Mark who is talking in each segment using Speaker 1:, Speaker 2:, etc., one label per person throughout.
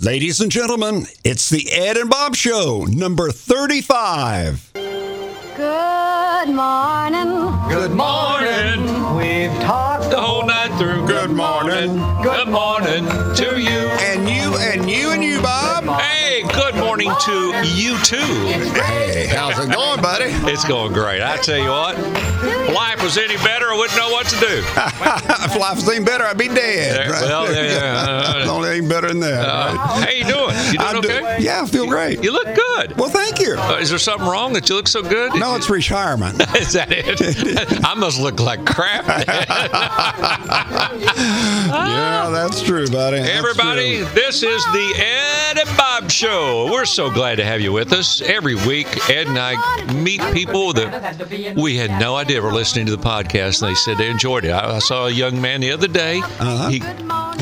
Speaker 1: Ladies and gentlemen, it's the Ed and Bob Show, number 35.
Speaker 2: Good morning.
Speaker 3: Good morning.
Speaker 4: We've talked
Speaker 3: The whole night through. Good morning. Good morning to you.
Speaker 1: And you, and you, and you, Bob.
Speaker 3: Hey, good morning to you too.
Speaker 1: Hey, how's it going, buddy?
Speaker 3: It's going great. I tell you what, if life was any better, I wouldn't know what to do.
Speaker 1: if life's ain't better, I'd be dead.
Speaker 3: There- well, there- uh,
Speaker 1: Only ain't better than that.
Speaker 3: Uh,
Speaker 1: right?
Speaker 3: how you doing? You
Speaker 1: I'm
Speaker 3: doing
Speaker 1: do-
Speaker 3: okay?
Speaker 1: yeah, I feel great.
Speaker 3: You look good.
Speaker 1: Well, thank you.
Speaker 3: Uh, is there something wrong that you look so good?
Speaker 1: No, it's retirement.
Speaker 3: Is that it? I must look like crap. then.
Speaker 1: yeah, that's true, buddy. That's
Speaker 3: Ah. Everybody,
Speaker 1: true.
Speaker 3: this is the Ed and Bob Show. We're so glad to have you with us. Every week, Ed and I meet people that we had no idea were listening to the podcast, and they said they enjoyed it. I, I saw a young man the other day.
Speaker 1: Uh-huh.
Speaker 3: He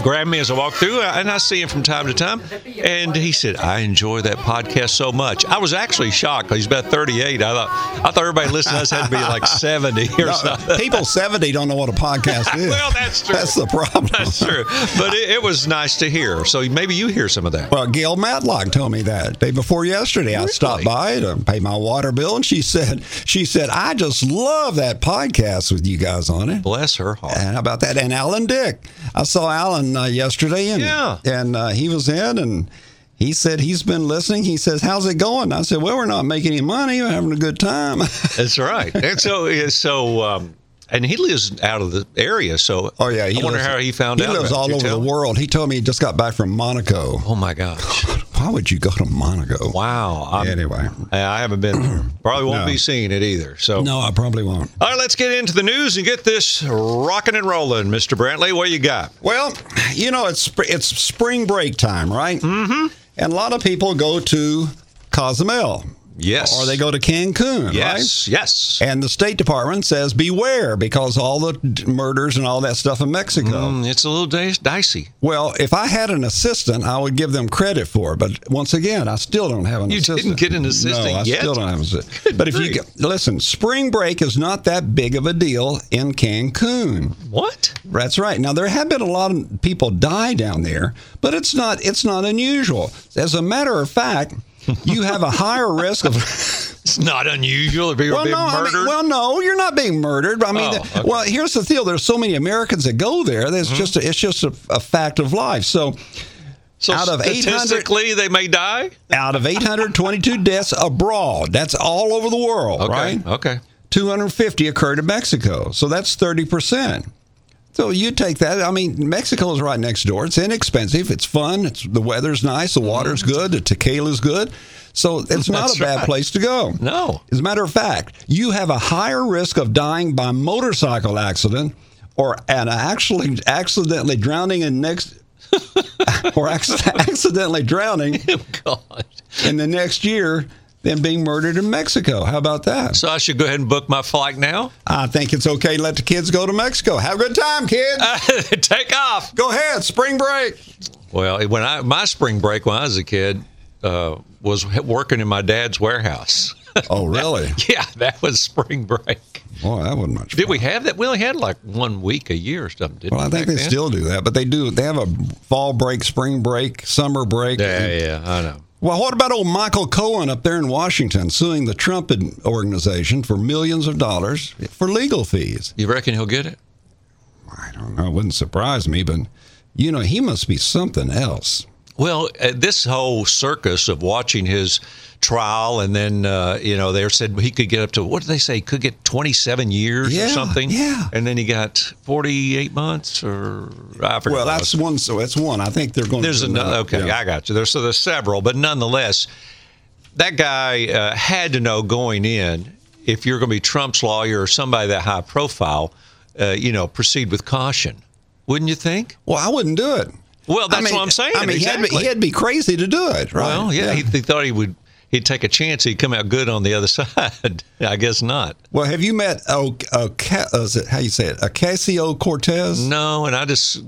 Speaker 3: grabbed me as I walked through, and I see him from time to time. And he said, "I enjoy that podcast so much." I was actually shocked. He's about 38. I thought I thought everybody listening to us had to be like 70 or something.
Speaker 1: Uh, People 70 don't know what a podcast is.
Speaker 3: Well, that's true.
Speaker 1: That's the problem.
Speaker 3: That's true. But it, it was nice to hear. So maybe you hear some of that.
Speaker 1: Well, Gail Matlock told me that day before yesterday. I stopped by to pay my water bill, and she said, "She said I just love that podcast with you guys on it."
Speaker 3: Bless her heart.
Speaker 1: And how about that? And Alan Dick, I saw Alan uh, yesterday, and
Speaker 3: Yeah.
Speaker 1: and uh, he was in, and he said he's been listening. He says, "How's it going?" I said, "Well, we're not making any money. We're having a good time."
Speaker 3: That's right. And so, so, um, and he lives out of the area. So,
Speaker 1: oh yeah, he
Speaker 3: I wonder
Speaker 1: lives-
Speaker 3: how he found out.
Speaker 1: He lives
Speaker 3: about it.
Speaker 1: all
Speaker 3: You
Speaker 1: over
Speaker 3: tell
Speaker 1: the
Speaker 3: him?
Speaker 1: world. He told me he just got back from Monaco.
Speaker 3: Oh my gosh!
Speaker 1: Why would you go to Monaco?
Speaker 3: Wow. I'm,
Speaker 1: Anyway,
Speaker 3: I haven't been. there. Probably won't
Speaker 1: No.
Speaker 3: be seeing it either. So.
Speaker 1: no, I probably won't.
Speaker 3: All right, let's get into the news and get this rocking and rolling, Mr. Brantley. What you got?
Speaker 1: Well, you know, it's sp- it's spring break time, right? Mm-hmm. And a lot of people go to Cozumel
Speaker 3: Yes.
Speaker 1: or they go to Cancun,
Speaker 3: Yes. Yes.
Speaker 1: right? And the State Department says beware because all the d- murders and all that stuff in Mexico.
Speaker 3: Mm, it's a little di- dicey.
Speaker 1: Well, if I had an assistant, I would give them credit for it. But once again, I still don't have an
Speaker 3: You didn't
Speaker 1: assistant.
Speaker 3: get an assistant
Speaker 1: no, I
Speaker 3: yet?
Speaker 1: still don't have an assistant. But if you
Speaker 3: grief.
Speaker 1: get, listen, spring break is not that big of a deal in Cancun.
Speaker 3: What?
Speaker 1: That's right. Now there have been a lot of people die down there, but it's not it's not unusual. As a matter of fact, you have a higher risk of
Speaker 3: It's not unusual to be,
Speaker 1: well,
Speaker 3: be
Speaker 1: no, I
Speaker 3: murdered.
Speaker 1: mean, well, no, you're not being murdered. I mean,
Speaker 3: Oh,
Speaker 1: the-
Speaker 3: okay. Mm-hmm.
Speaker 1: well, here's the deal. There's so many Americans that go there. That's just a, it's just a, a fact of life. So
Speaker 3: so
Speaker 1: out of 800
Speaker 3: statistically, they may die.
Speaker 1: out of 822 deaths abroad, that's all over the world,
Speaker 3: Okay.
Speaker 1: right?
Speaker 3: Okay.
Speaker 1: 250 occurred in Mexico. So that's 30%. So you take that. I mean, Mexico is right next door. It's inexpensive. It's fun. It's the weather's nice. The water's good. The tequila's good. So it's not
Speaker 3: Mm-hmm. That's
Speaker 1: a bad
Speaker 3: right.
Speaker 1: place to go.
Speaker 3: No.
Speaker 1: As a matter of fact, you have a higher risk of dying by motorcycle accident or an actually accidentally drowning in next or acc- accidentally drowning
Speaker 3: God.
Speaker 1: in the next year than being murdered in Mexico. How about that?
Speaker 3: So I should go ahead and book my flight now.
Speaker 1: I think it's okay to let the kids go to Mexico. Have a good time, kids.
Speaker 3: Uh, Take off.
Speaker 1: go ahead, spring break.
Speaker 3: Well, when I my spring break when I was a kid uh, was working in my dad's warehouse.
Speaker 1: Oh, really?
Speaker 3: yeah, that was spring break.
Speaker 1: Boy, that wasn't much.
Speaker 3: Did we have that? We only had like one week a year or something. Didn't
Speaker 1: Well, I
Speaker 3: we,
Speaker 1: think
Speaker 3: back
Speaker 1: they
Speaker 3: then?
Speaker 1: still do that, but they do. They have a fall break, spring break, summer break.
Speaker 3: Yeah, yeah, I know.
Speaker 1: Well, what about old Michael Cohen up there in Washington suing the Trump ad- organization for millions of dollars for legal fees?
Speaker 3: You reckon he'll get it?
Speaker 1: I don't know. It wouldn't surprise me, but you know, he must be something else.
Speaker 3: Well, uh, this whole circus of watching his trial, and then uh, you know they said he could get up to what did they say? He could get twenty-seven years
Speaker 1: Yeah,
Speaker 3: or something.
Speaker 1: yeah.
Speaker 3: and then he got forty-eight months, or I forgot.
Speaker 1: Well,
Speaker 3: what it
Speaker 1: that's one. So that's one. I think they're going.
Speaker 3: There's
Speaker 1: to do
Speaker 3: another. Okay,
Speaker 1: Yeah.
Speaker 3: I got you. There's so there's several, but nonetheless, that guy uh, had to know going in if you're going to be Trump's lawyer or somebody that high profile, uh, you know, proceed with caution, wouldn't you think?
Speaker 1: Well, I wouldn't do it.
Speaker 3: Well, that's
Speaker 1: I mean-
Speaker 3: what I'm saying.
Speaker 1: I mean, he'd, be,
Speaker 3: exactly.
Speaker 1: he'd be crazy to do it, right?
Speaker 3: well, yeah, He, he thought he would. He'd take a chance. He'd come out good on the other side. I guess not.
Speaker 1: well, have you met O- Oca- uh, is it how you say it? Ocasio Cortez?
Speaker 3: No, and I just,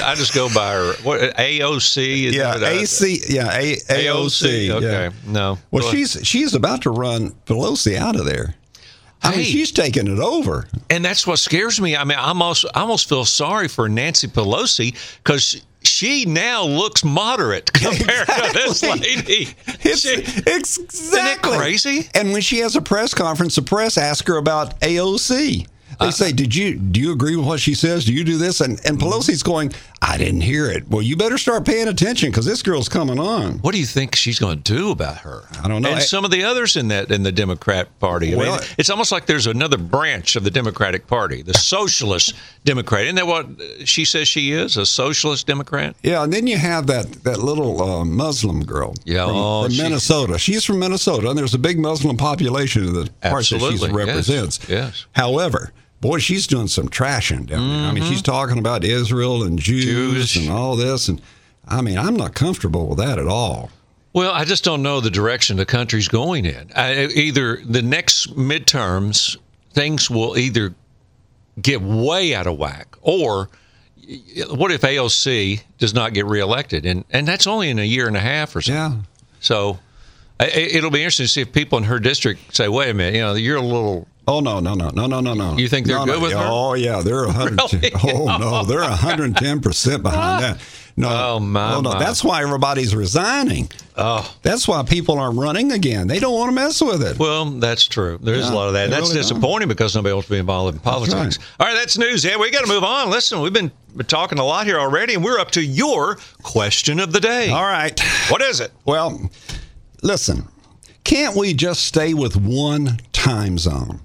Speaker 3: I just go by her. What AOC? Is
Speaker 1: Yeah,
Speaker 3: that what I-
Speaker 1: AC. Yeah, A- AOC.
Speaker 3: AOC. Okay,
Speaker 1: yeah.
Speaker 3: no.
Speaker 1: Well,
Speaker 3: Well-
Speaker 1: she's she's about to run Pelosi out of there. I mean,
Speaker 3: Hey.
Speaker 1: she's taking it over.
Speaker 3: And that's what scares me. I mean, I almost, I almost feel sorry for Nancy Pelosi because she now looks moderate compared to this
Speaker 1: Exactly.
Speaker 3: lady.
Speaker 1: It's,
Speaker 3: She-
Speaker 1: it's exactly
Speaker 3: crazy?
Speaker 1: And when she has a press conference, the press ask her about AOC. They say, "Did you do you agree with what she says? Do you do this?" And and Pelosi's going, "I didn't hear it." Well, you better start paying attention because this girl's coming on.
Speaker 3: what do you think she's going to do about her?
Speaker 1: I don't know.
Speaker 3: And
Speaker 1: I-
Speaker 3: some of the others in that in the Democrat Party. I mean,
Speaker 1: Well-
Speaker 3: it's almost like there's another branch of the Democratic Party, the Socialist Democrat. Isn't that what she says she is? A Socialist Democrat?
Speaker 1: Yeah, and then you have that that little uh, Muslim girl
Speaker 3: Yeah,
Speaker 1: from,
Speaker 3: oh,
Speaker 1: from
Speaker 3: she-
Speaker 1: Minnesota. She's from Minnesota, and there's a big Muslim population in the parts that she
Speaker 3: Absolutely, yes,
Speaker 1: represents.
Speaker 3: yes.
Speaker 1: However, boy, she's doing some trashing down there. I mean, she's talking about Israel and Jews,
Speaker 3: Mm-hmm. Jews.
Speaker 1: and all this, and I mean, I'm not comfortable with that at all.
Speaker 3: Well, I just don't know the direction the country's going in. I, either the next midterms, things will either get way out of whack, or what if AOC does not get reelected? And and that's only in a year and a half or so.
Speaker 1: Yeah.
Speaker 3: So i- i- it'll be interesting to see if people in her district say, "Wait a minute, you know, you're a little."
Speaker 1: Oh no no no no no no no!
Speaker 3: You think they're
Speaker 1: No, no,
Speaker 3: good with
Speaker 1: yeah,
Speaker 3: her?
Speaker 1: Oh yeah, they're a hundred. Oh no, they're hundred and ten percent behind that. No,
Speaker 3: Oh, my,
Speaker 1: oh, no.
Speaker 3: my.
Speaker 1: That's why everybody's resigning. Oh, that's why people aren't running again. They don't want to mess with it.
Speaker 3: Well, that's true. There is
Speaker 1: Yeah,
Speaker 3: a lot of that.
Speaker 1: they
Speaker 3: That's
Speaker 1: really don't.
Speaker 3: disappointing because nobody wants to be involved in politics.
Speaker 1: right.
Speaker 3: All right, that's news. Yeah, we got to move on. Listen, we've been talking a lot here already, and we're up to your question of the day.
Speaker 1: All right.
Speaker 3: What is it?
Speaker 1: Well, listen. Can't we just stay with one time zone?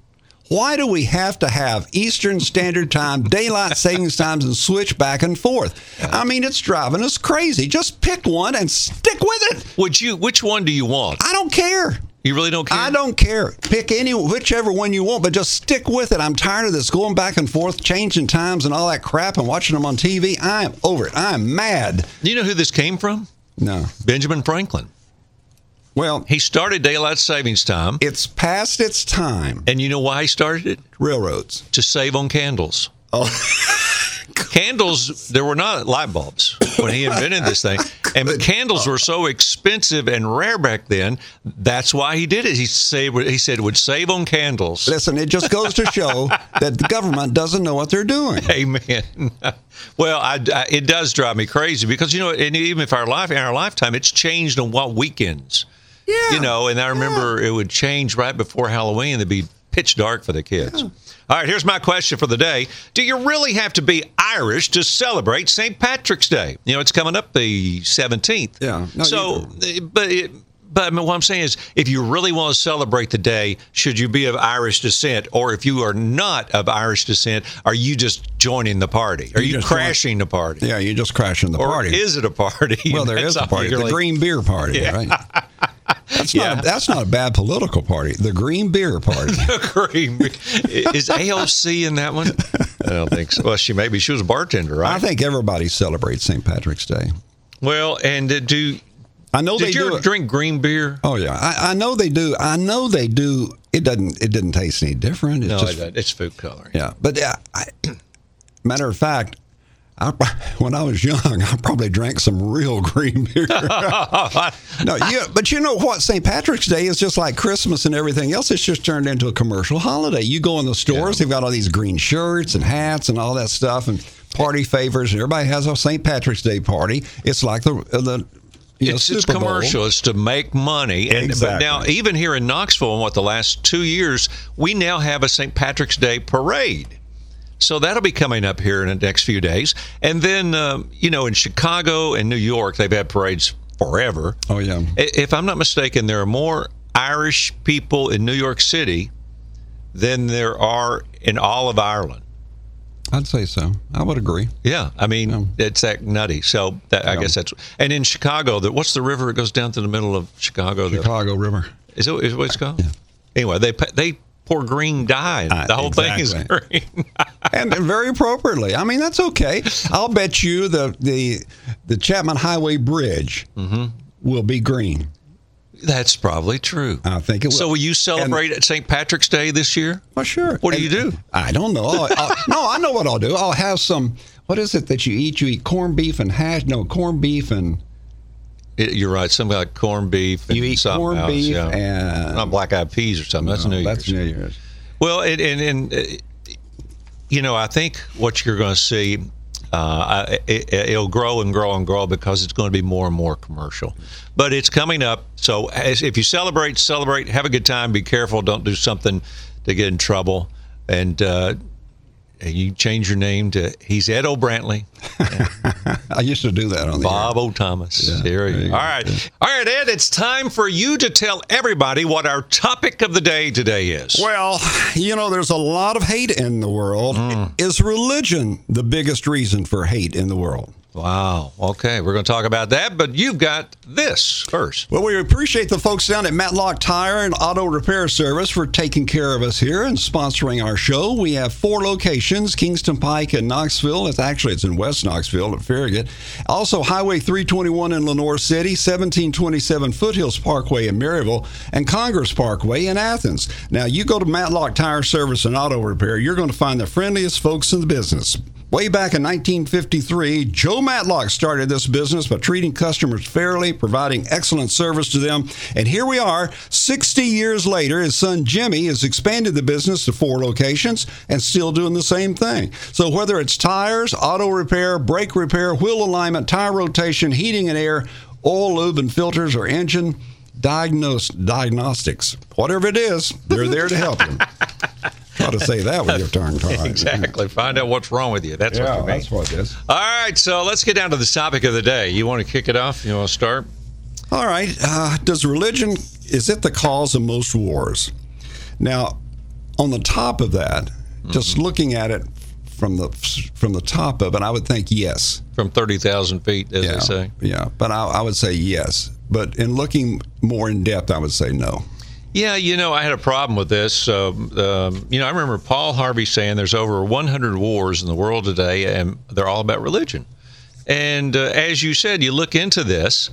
Speaker 1: Why do we have to have Eastern Standard Time, daylight savings times, and switch back and forth? I mean, it's driving us crazy. Just pick one and stick with it.
Speaker 3: Would you? Which one do you want?
Speaker 1: I don't care.
Speaker 3: You really don't care.
Speaker 1: I don't care. Pick any whichever one you want, but just stick with it. I'm tired of this going back and forth, changing times and all that crap and watching them on TV. I am over it. I am mad.
Speaker 3: You know who this came from?
Speaker 1: No.
Speaker 3: Benjamin Franklin.
Speaker 1: Well,
Speaker 3: He started daylight savings time,
Speaker 1: it's past its time.
Speaker 3: and you know why he started it?
Speaker 1: Railroads.
Speaker 3: to save on candles. Oh. candles, there were not light bulbs when he invented this thing. And candles were so expensive and rare back then. That's why he did it. He saved, he said it would save on candles.
Speaker 1: Listen, it just goes to show that the government doesn't know what they're doing.
Speaker 3: Amen. well, I, I- it does drive me crazy because you know, and even if our life in our lifetime, it's changed on what weekends.
Speaker 1: Yeah.
Speaker 3: You know, and I remember it would change right before Halloween. It'd be pitch dark for the kids. All right, here's my question for the day. Do you really have to be Irish to celebrate St. Patrick's Day? You know, it's coming up the 17th.
Speaker 1: Yeah. No,
Speaker 3: so, eh, but it, but I mean, what I'm saying is, if you really want to celebrate the day, should you be of Irish descent, or if you are not of Irish descent, are you just joining the party? Are you
Speaker 1: just join-
Speaker 3: crashing the party?
Speaker 1: Yeah, you're just crashing the
Speaker 3: Or
Speaker 1: party.
Speaker 3: is it a party?
Speaker 1: well, there
Speaker 3: That's
Speaker 1: is a
Speaker 3: all
Speaker 1: party,
Speaker 3: you're
Speaker 1: the
Speaker 3: like-
Speaker 1: Green Beer Party, right? That's not,
Speaker 3: Yeah.
Speaker 1: that's not a bad political party. The Green Beer Party.
Speaker 3: Green Beer. Is AOC in that one? I don't think so. Well, she maybe she was a bartender, right?
Speaker 1: I think everybody celebrates St. Patrick's Day.
Speaker 3: well, and uh, do
Speaker 1: I know they
Speaker 3: did you
Speaker 1: do.
Speaker 3: ever
Speaker 1: it-
Speaker 3: drink green beer?
Speaker 1: Oh yeah, I, I know they do. I know they do. It doesn't. It didn't taste any different. It's
Speaker 3: No,
Speaker 1: just,
Speaker 3: I don't. it's food coloring.
Speaker 1: Yeah, but uh, I, matter of fact, I, pro- when I was young, I probably drank some real green beer. no, you, but you know what? St. Patrick's Day is just like Christmas and everything else. It's just turned into a commercial holiday. You go in the stores, they've got all these green shirts and hats and all that stuff and party favors, and everybody has a St. Patrick's Day party. It's like the uh, the you know,
Speaker 3: It's, it's
Speaker 1: Super Bowl.
Speaker 3: commercial. It's to make money. And but
Speaker 1: Exactly.
Speaker 3: now, even here in Knoxville, in what the last two years, we now have a St. Patrick's Day parade. So that'll be coming up here in the next few days. And then, um, you know, in Chicago and New York, they've had parades forever.
Speaker 1: Oh yeah.
Speaker 3: I- If I'm not mistaken, there are more Irish people in New York City than there are in all of Ireland.
Speaker 1: I'd say so. I would agree.
Speaker 3: Yeah, I mean it's that nutty. So that, I guess that's and in Chicago, the, what's the river that goes down to the middle of Chicago? The-
Speaker 1: Chicago River.
Speaker 3: Is it is it what it's called? Anyway, they pa- they pour green dye. and
Speaker 1: Uh,
Speaker 3: the whole thing
Speaker 1: exactly.
Speaker 3: is green.
Speaker 1: and very appropriately. I mean, that's okay. I'll bet you the the the Chapman Highway Bridge
Speaker 3: Mm-hmm.
Speaker 1: will be green.
Speaker 3: That's probably true.
Speaker 1: I think it will.
Speaker 3: so will you celebrate at St. Patrick's Day this year?
Speaker 1: Well, sure.
Speaker 3: What do you do?
Speaker 1: I don't know. I'll, I'll- no, I know what I'll do. I'll have some. What is it that you eat? You eat corned beef and hash. No, corned beef and
Speaker 3: It- you're right. Something like corned beef. And
Speaker 1: You eat
Speaker 3: something
Speaker 1: corned
Speaker 3: else,
Speaker 1: beef
Speaker 3: yeah.
Speaker 1: and-
Speaker 3: not black eyed peas or something. that's
Speaker 1: No,
Speaker 3: New Year's.
Speaker 1: oh, That's New Year's.
Speaker 3: Well, and and, and uh, you know, I think what you're going to see Uh, I- it, it'll grow and grow and grow because it's going to be more and more commercial. But it's coming up. So as, if you celebrate, celebrate, have a good time, be careful, don't do something to get in trouble. And uh, you change your name to he's Ed O'Brantley,
Speaker 1: I used to do that on the
Speaker 3: Bob O. Thomas. There you
Speaker 1: there you
Speaker 3: go.
Speaker 1: go.
Speaker 3: All right. All right, Ed, it's time for you to tell everybody what our topic of the day today is.
Speaker 1: Well, you know, there's a lot of hate in the world.
Speaker 3: Mm.
Speaker 1: Is religion the biggest reason for hate in the world?
Speaker 3: Wow. Okay. We're going to talk about that, but you've got this first.
Speaker 1: Well, we appreciate the folks down at Matlock Tire and Auto Repair Service for taking care of us here and sponsoring our show. We have four locations: Kingston Pike in Knoxville. It's actually it's in West Knoxville at Farragut. Also, Highway 321 in Lenore City, 1727 Foothills Parkway in Maryville, and Congress Parkway in Athens. Now, you go to Matlock Tire Service and Auto Repair, you're going to find the friendliest folks in the business. Way back in 1953, Joe Matlock started this business by treating customers fairly, providing excellent service to them. And here we are, 60 years later, his son Jimmy has expanded the business to four locations and still doing the same thing. So whether it's tires, auto repair, brake repair, wheel alignment, tire rotation, heating and air, oil, lube, and filters, or engine diagnose, diagnostics, whatever it is, they're there to help you. Ought to say that with your tongue tied.
Speaker 3: Exactly. Find out what's wrong with you. That's what
Speaker 1: Yeah,
Speaker 3: you mean.
Speaker 1: that's what it is.
Speaker 3: All right. So let's get down to the topic of the day. You want to kick it off? You want to start?
Speaker 1: All right. Uh, does religion is it the cause of most wars? Now, on the top of that,
Speaker 3: Mm-hmm.
Speaker 1: just looking at it from the from the top of it, I would think yes.
Speaker 3: From 30,000 feet, as they say.
Speaker 1: yeah. But I, I would say yes. But in looking more in depth, I would say no.
Speaker 3: Yeah, you know, I had a problem with this. Um, um, you know, I remember Paul Harvey saying there's over 100 wars in the world today, and they're all about religion. And uh, as you said, you look into this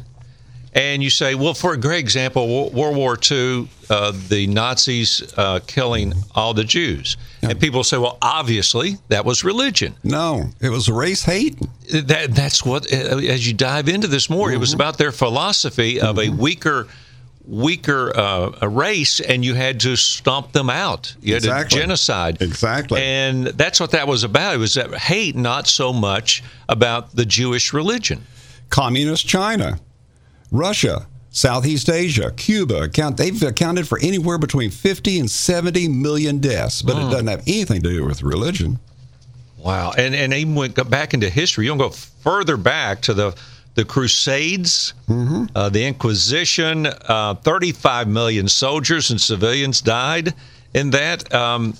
Speaker 3: and you say, well, for a great example, Wo- World War II, uh, the Nazis uh, killing all the Jews. And people say, well, obviously that was religion.
Speaker 1: No, it was race hate.
Speaker 3: That, that's what, uh, as you dive into this more, it
Speaker 1: Mm-hmm.
Speaker 3: was about their philosophy of a weaker, weaker uh, a race, and you had to stomp them out. You had
Speaker 1: Exactly.
Speaker 3: to genocide.
Speaker 1: Exactly.
Speaker 3: And that's what that was about. It was that hate, not so much about the Jewish religion.
Speaker 1: communist China, Russia, Southeast Asia, Cuba account they've accounted for anywhere between 50 and 70 million deaths, but
Speaker 3: Hmm.
Speaker 1: it doesn't have anything to do with religion.
Speaker 3: Wow. And and even went go back into history. You don't go further back to the the Crusades, uh, the Inquisition. Uh, Thirty five million soldiers and civilians died in that. Um,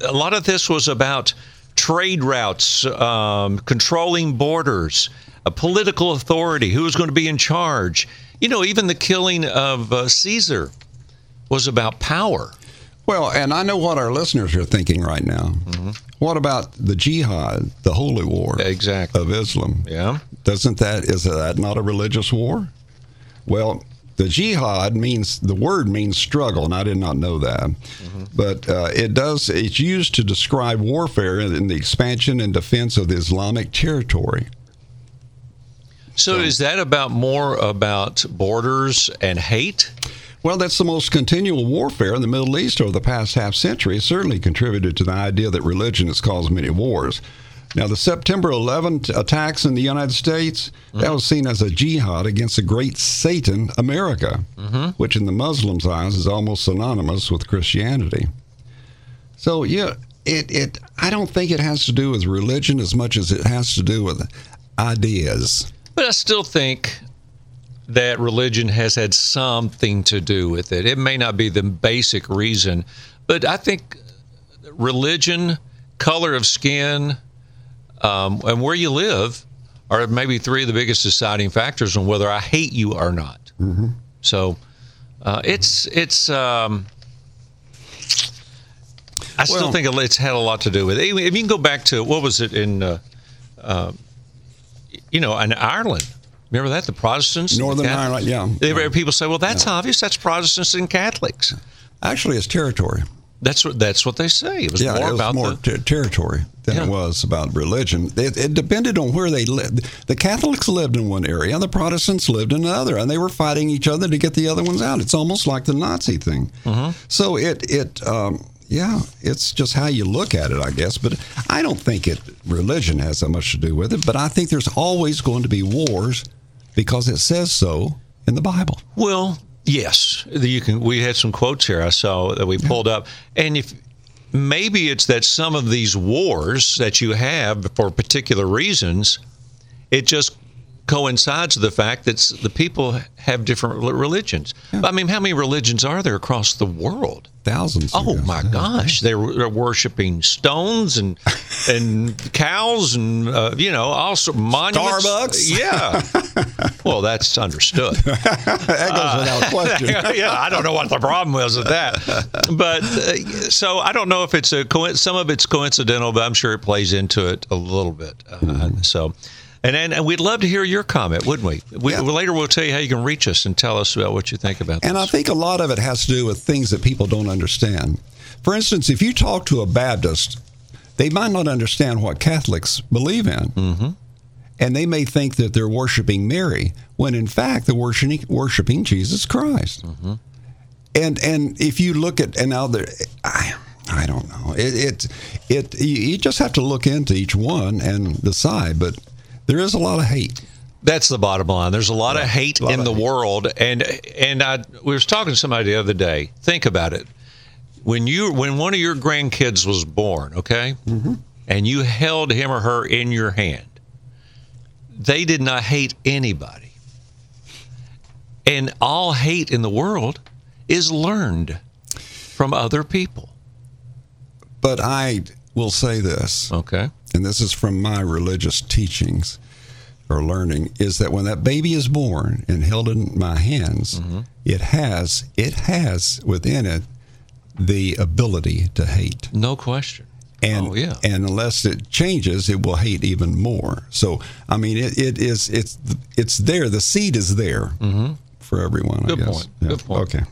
Speaker 3: a lot of this was about trade routes, um, controlling borders, a political authority, who was going to be in charge. You know, even the killing of uh, Caesar was about power.
Speaker 1: Well, and I know what our listeners are thinking right now.
Speaker 3: Mm-hmm.
Speaker 1: What about the jihad, the holy war
Speaker 3: Exactly.
Speaker 1: of Islam?
Speaker 3: Yeah.
Speaker 1: Doesn't that is that not a religious war? Well, the jihad means the word means struggle, and I did not know that. But uh, it does. It's used to describe warfare in, in the expansion and defense of the Islamic territory.
Speaker 3: So, is that about more about borders and hate?
Speaker 1: Well, that's the most continual warfare in the Middle East over the past half century. It certainly contributed to the idea that religion has caused many wars. Now, the September 11th attacks in the United States, that was seen as a jihad against the great Satan, America, which in the Muslims' eyes is almost synonymous with Christianity. So, yeah, it, it, I don't think it has to do with religion as much as it has to do with ideas.
Speaker 3: But I still think that religion has had something to do with it. It may not be the basic reason, but I think religion, color of skin, um, and where you live are maybe three of the biggest deciding factors on whether I hate you or not. So uh, it's it's. Um, I still
Speaker 1: Well-
Speaker 3: think it's had a lot to do with it. If you can go back to what was it in, uh, uh, you know, in Ireland. Remember that the Protestants,
Speaker 1: Northern
Speaker 3: Catholics?
Speaker 1: Ireland, yeah.
Speaker 3: They were- People say, "Well, that's obvious. That's Protestants and Catholics."
Speaker 1: Actually, it's territory.
Speaker 3: That's what that's what they say. It was more
Speaker 1: it was
Speaker 3: about
Speaker 1: more
Speaker 3: the
Speaker 1: ter- territory than
Speaker 3: Yeah.
Speaker 1: it was about religion. It, it depended on where they lived. The Catholics lived in one area, and the Protestants lived in another, and they were
Speaker 3: Mm-hmm.
Speaker 1: fighting each other to get the other ones out. It's almost like the Nazi thing. So it it um, yeah, it's just how you look at it, I guess. But I don't think it religion has that much to do with it. But I think there's always going to be wars because it says so in the Bible.
Speaker 3: Well, yes, The- you can. We had some quotes here I saw that we pulled up, and if maybe it's that some of these wars that you have for particular reasons, it just coincides with the fact that s- the people have different rel- religions. I mean, how many religions are there across the world?
Speaker 1: Thousands. I
Speaker 3: Oh
Speaker 1: guess.
Speaker 3: my gosh, they're, they're worshiping stones and and cows and uh, you know also monuments.
Speaker 1: Starbucks?
Speaker 3: yeah. well, that's understood.
Speaker 1: that goes without question.
Speaker 3: yeah, I don't know what the problem was with that, but uh, so I don't know if it's a coin- some of it's coincidental, but I'm sure it plays into it a little bit. Uh,
Speaker 1: Mm-hmm.
Speaker 3: So. And, and, and we'd love to hear your comment, wouldn't we? we
Speaker 1: Yeah.
Speaker 3: Later, we'll tell you how you can reach us and tell us about what you think about
Speaker 1: And I
Speaker 3: this.
Speaker 1: think a lot of it has to do with things that people don't understand. For instance, if you talk to a Baptist, they might not understand what Catholics believe in. Mm-hmm. And they may think that they're worshiping Mary, when in fact they're worshiping, worshiping Jesus Christ. And and if you look at and now there, I, I don't know. It it, it you, you just have to look into each one and decide. But there is a lot of hate.
Speaker 3: That's the bottom line. There's a lot of hate
Speaker 1: lot
Speaker 3: in
Speaker 1: of
Speaker 3: the
Speaker 1: hate.
Speaker 3: world, and and I we was talking to somebody the other day. Think about it. When you when one of your grandkids was born, okay,
Speaker 1: Mm-hmm.
Speaker 3: and you held him or her in your hand, they did not hate anybody, and all hate in the world is learned from other people.
Speaker 1: But I will say this.
Speaker 3: Okay,
Speaker 1: and this is from my religious teachings or learning, is that when that baby is born and held in my hands,
Speaker 3: Mm-hmm.
Speaker 1: it has it has within it the ability to hate.
Speaker 3: no question.
Speaker 1: And,
Speaker 3: oh yeah,
Speaker 1: and unless it changes, it will hate even more. So I mean, it, it is it's it's there. The seed is there for everyone.
Speaker 3: Mm-hmm. Good
Speaker 1: I guess.
Speaker 3: point.
Speaker 1: Yeah.
Speaker 3: Good point.
Speaker 1: Okay.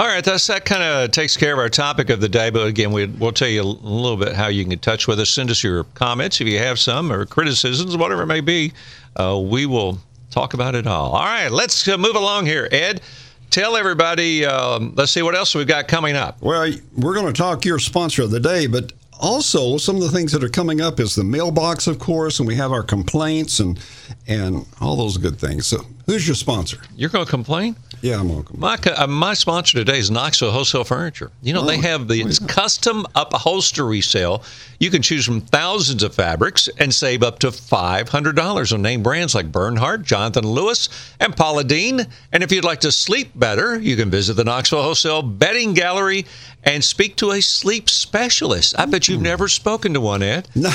Speaker 3: All right, that's, that kind of takes care of our topic of the day. But again, we, we'll tell you a little bit how you can get in touch with us. Send us your comments if you have some, or criticisms, whatever it may be. Uh, we will talk about it all. All right, let's uh, move along here. Ed, tell everybody. Um, let's see what else we've got coming up.
Speaker 1: Well, we're going to talk your sponsor of the day, but also some of the things that are coming up is the mailbox, of course, and we have our complaints and and all those good things. So, who's your sponsor?
Speaker 3: You're going to complain?
Speaker 1: Yeah, I'm welcome.
Speaker 3: My, co- uh, my sponsor today is Knoxville Wholesale Furniture. You know, they have the it's custom upholstery sale. You can choose from thousands of fabrics and save up to $500 on name brands like Bernhardt, Jonathan Lewis, and Paula Dean. And if you'd like to sleep better, you can visit the Knoxville Wholesale Bedding Gallery and speak to a sleep specialist. I bet you've never spoken to one, Ed.
Speaker 1: No,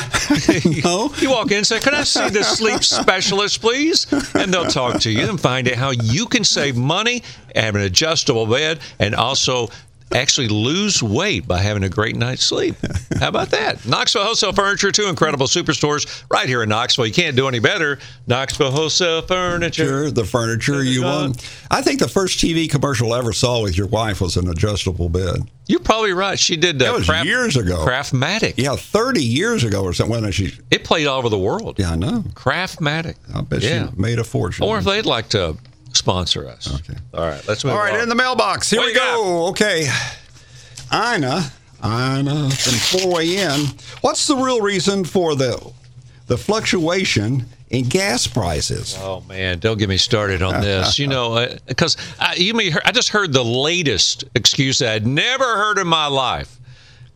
Speaker 1: no.
Speaker 3: You walk in and say, Can I see the sleep specialist, please? And they'll talk to you and find out how you can save money, have an adjustable bed, and also actually lose weight by having a great night's sleep. How about that? Knoxville Wholesale Furniture, two incredible superstores right here in Knoxville. You can't do any better. Knoxville Wholesale Furniture.
Speaker 1: Sure, the furniture you want. I think the first TV commercial I ever saw with your wife was an adjustable bed.
Speaker 3: You're probably right. She did uh,
Speaker 1: That was
Speaker 3: Craft-
Speaker 1: years ago.
Speaker 3: Craftmatic.
Speaker 1: Yeah, 30 years ago or something. When she,
Speaker 3: It played all over the world.
Speaker 1: yeah, I know.
Speaker 3: Craftmatic.
Speaker 1: I bet
Speaker 3: Yeah.
Speaker 1: she made a fortune.
Speaker 3: Or if they'd like to sponsor us. Okay. All right, let's move
Speaker 1: All right,
Speaker 3: on.
Speaker 1: in the mailbox. Here
Speaker 3: What
Speaker 1: we
Speaker 3: you got?
Speaker 1: go. Okay. Ina, Ina from 4 a.m. What's the real reason for the the fluctuation in gas prices?
Speaker 3: Oh man, don't get me started on this. You know, because you may hear, I just heard the latest excuse that I'd never heard in my life.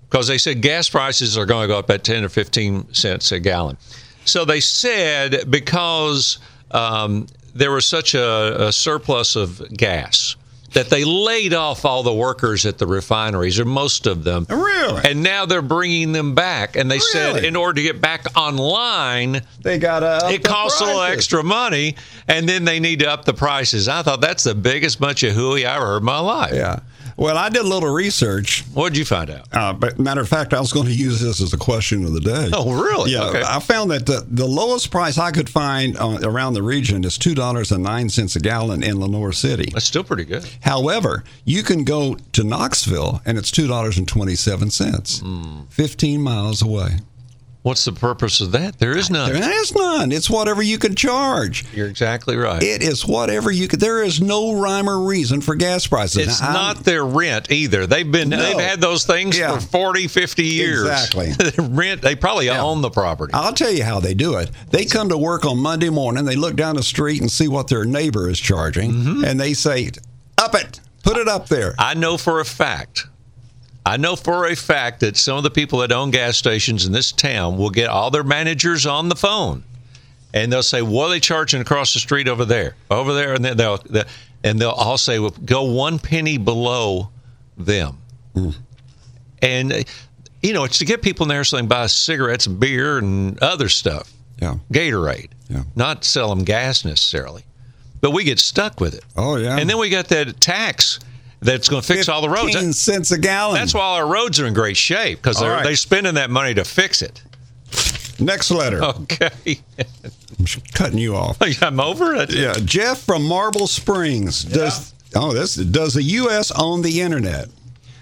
Speaker 3: Because they said gas prices are going to go up at ten or fifteen cents a gallon. So they said because um, there was such a, a surplus of gas that they laid off all the workers at the refineries, or most of them.
Speaker 1: Really?
Speaker 3: And now they're bringing them back. And they said
Speaker 1: Really?
Speaker 3: in order to get back online,
Speaker 1: They got up.
Speaker 3: it
Speaker 1: the
Speaker 3: costs a little
Speaker 1: prices.
Speaker 3: extra money, and then they need to up the prices. I thought that's the biggest bunch of hooey I ever heard in my life.
Speaker 1: Yeah. Well, I did a little research.
Speaker 3: What'd you find out?
Speaker 1: Uh, but matter of fact, I was going to use this as a question of the day.
Speaker 3: Oh, really?
Speaker 1: Yeah,
Speaker 3: Okay.
Speaker 1: I found that the, the lowest price I could find on, around the region is two dollars and nine cents a gallon in Lenore City.
Speaker 3: That's still pretty good.
Speaker 1: However, you can go to Knoxville and it's two dollars and twenty seven cents, fifteen miles away.
Speaker 3: What's the purpose of that? There is none.
Speaker 1: There is none. It's whatever you can charge.
Speaker 3: You're exactly right.
Speaker 1: It is whatever you could. There is no rhyme or reason for gas prices.
Speaker 3: It's
Speaker 1: Now, I'm-
Speaker 3: not their rent either. They've been
Speaker 1: No.
Speaker 3: they've had those things
Speaker 1: Yeah.
Speaker 3: for 40, 50 years.
Speaker 1: Exactly.
Speaker 3: rent they probably own the property.
Speaker 1: I'll tell you how they do it. They come to work on Monday morning, they look down the street and see what their neighbor is charging, and they say, up it, put it up there.
Speaker 3: Mm-hmm. I know for a fact. I know for a fact that some of the people that own gas stations in this town will get all their managers on the phone, and they'll say, "What are they charging across the street over there, over there?" And then they'll, they'll and they'll all say, well, "Go one penny below them," and uh, you know it's to get people in there so they can buy cigarettes and beer and other stuff,
Speaker 1: Yeah.
Speaker 3: Gatorade,
Speaker 1: Yeah.
Speaker 3: not sell them gas necessarily, but we get stuck with it.
Speaker 1: Oh, yeah.
Speaker 3: And then we got that tax that's going to fix all the roads.
Speaker 1: 15 cents a gallon.
Speaker 3: That's why our roads are in great shape because they're
Speaker 1: All right.
Speaker 3: they're spending that money to fix it.
Speaker 1: Next letter.
Speaker 3: Oh. Okay,
Speaker 1: I'm cutting you off.
Speaker 3: I'm over it.
Speaker 1: Yeah, Jeff from Marble Springs. Does oh this does the U.S. own the internet?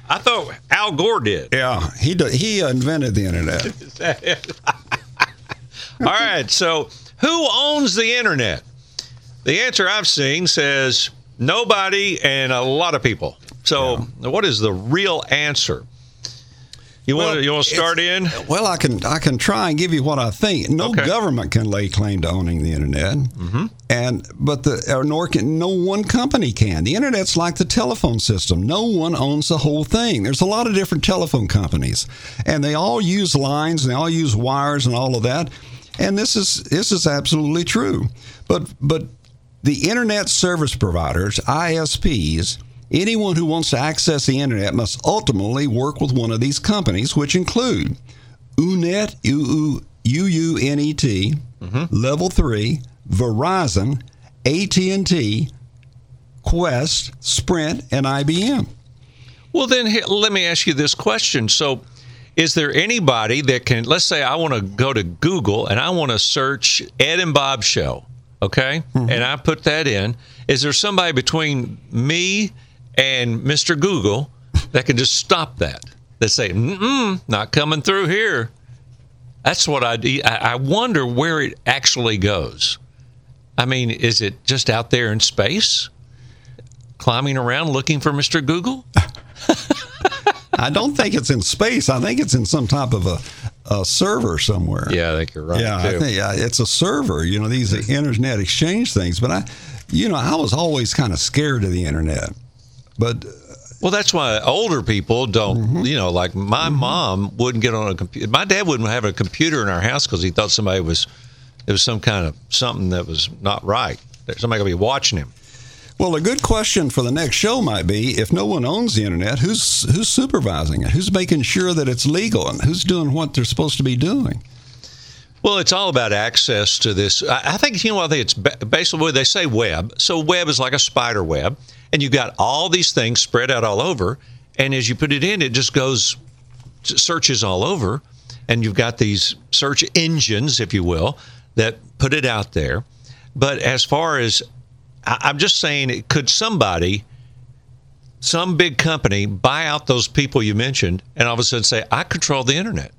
Speaker 3: I thought Al Gore did.
Speaker 1: Yeah, he do, he invented the internet.
Speaker 3: All right, so who owns the internet? The answer I've seen says nobody and a lot of people. So what is the real answer? You want
Speaker 1: Well,
Speaker 3: to you want to start in?
Speaker 1: Well, I can I can try and give you what I think. No
Speaker 3: Okay.
Speaker 1: government can lay claim to owning the internet, mm-hmm. and but the or nor can no one company can. The internet's like the telephone system. No one owns the whole thing. There's a lot of different telephone companies, and they all use lines, and they all use wires, and all of that. And this is this is absolutely true. But but the internet service providers ISPs. Anyone who wants to access the internet must ultimately work with one of these companies, which include UNET, U U N E T, Level 3, Verizon, AT&T, Quest, Sprint, and IBM.
Speaker 3: Well, then he- let me ask you this question. So, is there anybody that can, let's say I want to go to Google and I want to search Ed and Bob Show, okay? And I put that in. Is there somebody between me and Mr. Google that can just stop that? That say, mm not coming through here. That's what I do. I I wonder where it actually goes. I mean, is it just out there in space, climbing around looking for Mr. Google?
Speaker 1: I don't think it's in space. I think it's in some type of a, a server somewhere.
Speaker 3: Yeah, I think you're right.
Speaker 1: Yeah, I
Speaker 3: too.
Speaker 1: think uh, it's a server. You know these internet exchange things, but I, you know, I was always kind of scared of the internet. But
Speaker 3: Well, that's why older people don't,
Speaker 1: Mm-hmm.
Speaker 3: you know, like my mom wouldn't get on a computer. My dad wouldn't have a computer in our house because he thought somebody was, it was some kind of something that was not right. That Somebody going to be watching him.
Speaker 1: Well, a good question for the next show might be: if no one owns the internet, who's who's supervising it? Who's making sure that it's legal, and who's doing what they're supposed to be doing?
Speaker 3: Well, it's all about access to this. I, I think you know. I think it's ba- basically they say web. So web is like a spider web, and you got all these things spread out all over. And as you put it in, it just goes s- searches all over, and you've got these search engines, if you will, that put it out there. But as far as I, I'm just saying, could somebody, some big company, buy out those people you mentioned, and all of a sudden say, "I control the internet."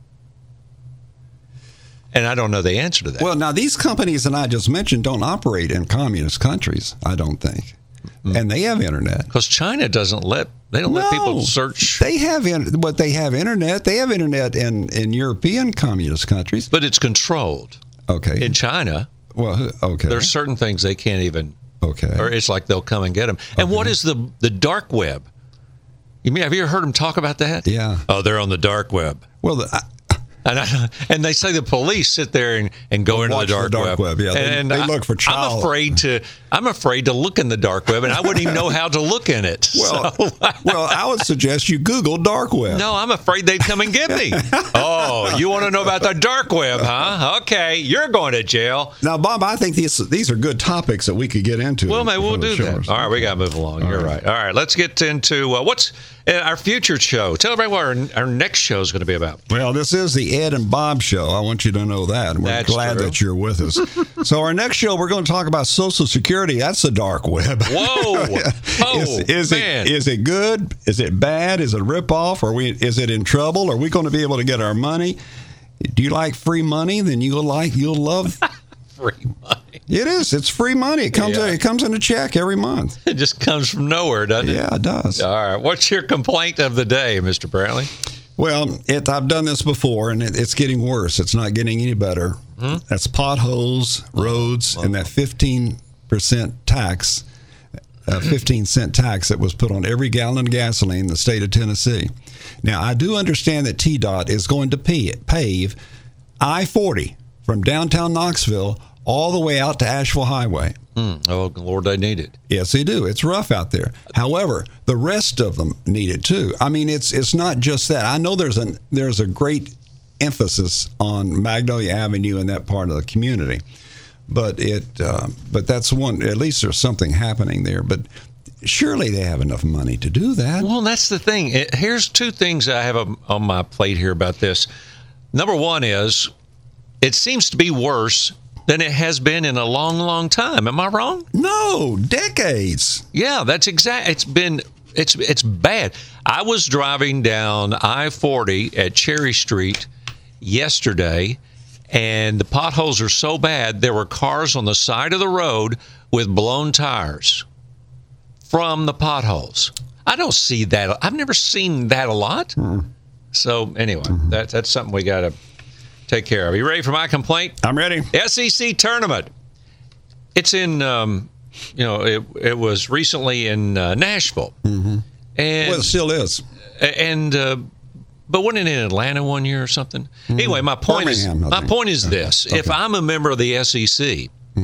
Speaker 3: And I don't know the answer to that.
Speaker 1: Well, now these companies that I just mentioned don't operate in communist countries, I don't think, and they have internet.
Speaker 3: Because China doesn't let they don't let people
Speaker 1: No.
Speaker 3: search,
Speaker 1: They have in, what they have internet. They have internet in in European communist countries.
Speaker 3: but it's controlled
Speaker 1: Okay.
Speaker 3: in China.
Speaker 1: well, who- okay.
Speaker 3: There's certain things they can't even,
Speaker 1: okay.
Speaker 3: or it's like they'll come and get them. And
Speaker 1: Uh-huh.
Speaker 3: what is the the dark web? You mean have you ever heard them talk about that?
Speaker 1: Yeah.
Speaker 3: Oh, they're on the dark web,
Speaker 1: well, the, I,
Speaker 3: and I, and they say the police sit there and, and go into the
Speaker 1: watch the
Speaker 3: dark,
Speaker 1: dark web. Yeah, they-
Speaker 3: and
Speaker 1: they
Speaker 3: I-
Speaker 1: look for
Speaker 3: I'm
Speaker 1: child-
Speaker 3: afraid to I'm afraid to look in the dark web, and I wouldn't even know how to look in it.
Speaker 1: well,
Speaker 3: So-
Speaker 1: well, I would suggest you Google dark web.
Speaker 3: No, I'm afraid they'd come and get me. oh, you want to know about the dark web, huh? Okay, you're going to jail.
Speaker 1: Now, Bob, I think these these are good topics that we could get into.
Speaker 3: Well, maybe
Speaker 1: man,
Speaker 3: we'll do that. All right, we got to move along. you're right. All right, let's get into uh, what's uh, our future show. Tell everybody what our, our next show is going to be about.
Speaker 1: Well, this is the Ed and Bob show. I want you to know that. We're
Speaker 3: That's
Speaker 1: glad
Speaker 3: true.
Speaker 1: that you're with us. so, our next show, we're going to talk about Social Security. That's the dark web.
Speaker 3: Whoa! Oh,
Speaker 1: is, is
Speaker 3: man.
Speaker 1: it is it good? Is it bad? Is it a ripoff? Are we is it in trouble? Are we going to be able to get our money? Do you like free money? Then you'll like you'll love.
Speaker 3: Free money.
Speaker 1: It is. It's free money. It comes.
Speaker 3: Yeah.
Speaker 1: It comes in a check every month.
Speaker 3: It just comes from nowhere, doesn't it?
Speaker 1: Yeah, it does.
Speaker 3: All right. What's your complaint of the day, Mr. Brownlee?
Speaker 1: Well, it, I've done this before, and it, it's getting worse. It's not getting any better. That's potholes, roads, and that fifteen percent tax, uh, fifteen cent tax that was put on every gallon of gasoline in the state of Tennessee. Now, I do understand that TDOT is going to pay it, pave I forty from downtown Knoxville all the way out to Asheville Highway.
Speaker 3: Oh, Lord, they need it.
Speaker 1: Yes, they do. It's rough out there. However, the rest of them need it too. I mean, it's it's not just that. I know there's an there's a great emphasis on Magnolia Avenue in that part of the community, but it uh, but that's one. At least there's something happening there. But surely they have enough money to do that.
Speaker 3: Well, that's the thing. It, here's two things I have on- on my plate here about this. Number one is it seems to be worse than it has been in a long, long time. Am I wrong?
Speaker 1: No, decades.
Speaker 3: Yeah, that's exact. It's been it's it's bad. I was driving down I forty at Cherry Street yesterday, and the potholes are so bad there were cars on the side of the road with blown tires from the potholes. I don't see that. I've never seen that a lot. So anyway, that that's something we got to take care of. You ready for my complaint?
Speaker 1: I'm ready.
Speaker 3: SEC E tournament. It's in, um, you know, it, it was recently in uh, Nashville, and
Speaker 1: Mm-hmm. Well, it still is.
Speaker 3: and uh, but wasn't it in Atlanta one year or something? Anyway, my point
Speaker 1: Mm-hmm. Birmingham, I
Speaker 3: is my
Speaker 1: think.
Speaker 3: point is this: if I'm a member of the SEC,
Speaker 1: Mm-hmm.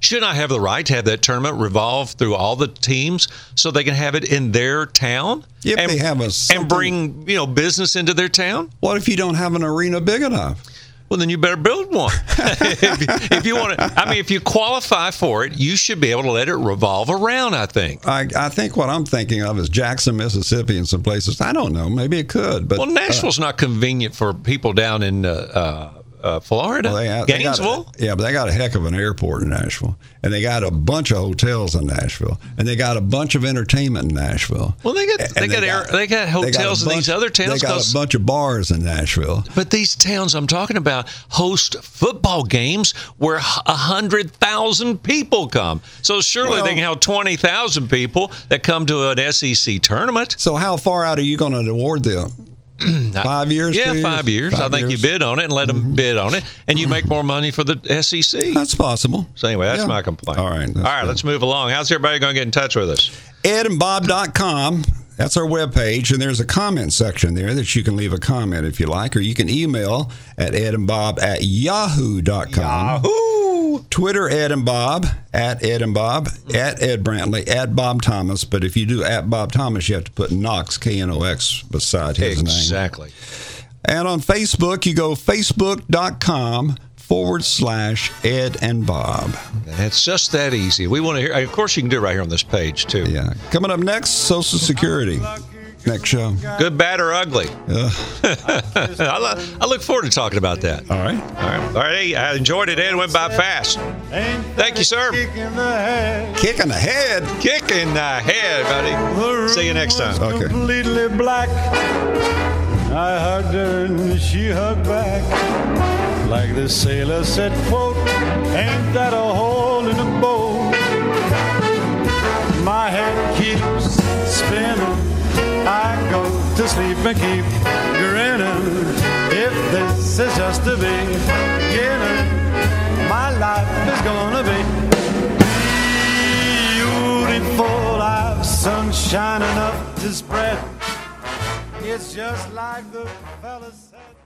Speaker 3: should I have the right to have that tournament revolve through all the teams so they can have it in their town
Speaker 1: If
Speaker 3: and,
Speaker 1: they have a something-
Speaker 3: and bring you know business into their town?
Speaker 1: What if you don't have an arena big enough?
Speaker 3: Well, then you better build one. if, if you want to, I mean, if you qualify for it, you should be able to let it revolve around. I think.
Speaker 1: I, I think what I'm thinking of is Jackson, Mississippi, and some places. I don't know. Maybe it could, but
Speaker 3: Well, Nashville's not convenient for people down in uh, uh, uh, Florida,
Speaker 1: Well, they- they got-
Speaker 3: Gainesville.
Speaker 1: yeah, but they got a heck of an airport in Nashville, and they got a bunch of hotels in Nashville, and they got a bunch of entertainment in Nashville.
Speaker 3: well, they got
Speaker 1: And
Speaker 3: they, got, air, they got
Speaker 1: they a
Speaker 3: hotels in
Speaker 1: bunch-
Speaker 3: these other
Speaker 1: They
Speaker 3: towns.
Speaker 1: got
Speaker 3: 'cause-
Speaker 1: a bunch of bars in Nashville.
Speaker 3: but these towns I'm talking about host football games where h- a hundred thousand people come. So surely
Speaker 1: Well-
Speaker 3: they can have twenty thousand people that come to an SEC tournament.
Speaker 1: So how far out are you going to award them? five years?
Speaker 3: Yeah,
Speaker 1: two
Speaker 3: five years. I
Speaker 1: Five
Speaker 3: think
Speaker 1: years? Mm-hmm.
Speaker 3: you bid on it and let them bid on it, and you make more money for the E SEC.
Speaker 1: That's possible.
Speaker 3: So anyway, that's
Speaker 1: Yeah.
Speaker 3: my complaint.
Speaker 1: All right.
Speaker 3: all
Speaker 1: that's
Speaker 3: right.
Speaker 1: good.
Speaker 3: Let's move along. How's everybody going to get in touch with us?
Speaker 1: edandbob.com. That's our webpage, and there's a comment section there that you can leave a comment if you like, or you can email at edandbob at yahoo.com. Yahoo! Twitter, Ed and Bob, at Ed and Bob, at Ed Brantley, at Bob Thomas. But if you do at Bob Thomas, you have to put Knox, K N O X, beside his name.
Speaker 3: Exactly.
Speaker 1: And on Facebook, you go facebook.com forward slash Ed and Bob.
Speaker 3: And it's just that easy. We want to hear. Of course, you can do it right here on this page too.
Speaker 1: Yeah. Coming up next, Social Security. Next show.
Speaker 3: Good, bad, or ugly.
Speaker 1: Ugh.
Speaker 3: I, lo- I look forward to talking about that. All
Speaker 1: All right.
Speaker 3: right. All right. Hey, I enjoyed it. And it went by fast. Thank you, sir.
Speaker 1: Kick in the head.
Speaker 3: Kick in the head, buddy. See you next time.
Speaker 1: Okay.
Speaker 4: Completely black. I hugged her and she hugged back. Like the sailor said, quote, ain't that a hole in a boat? My head keeps spinning. I go to sleep and keep grinning. If this is just the beginning, my life is gonna be beautiful. I've sunshine enough to spread. It's just like the fella said.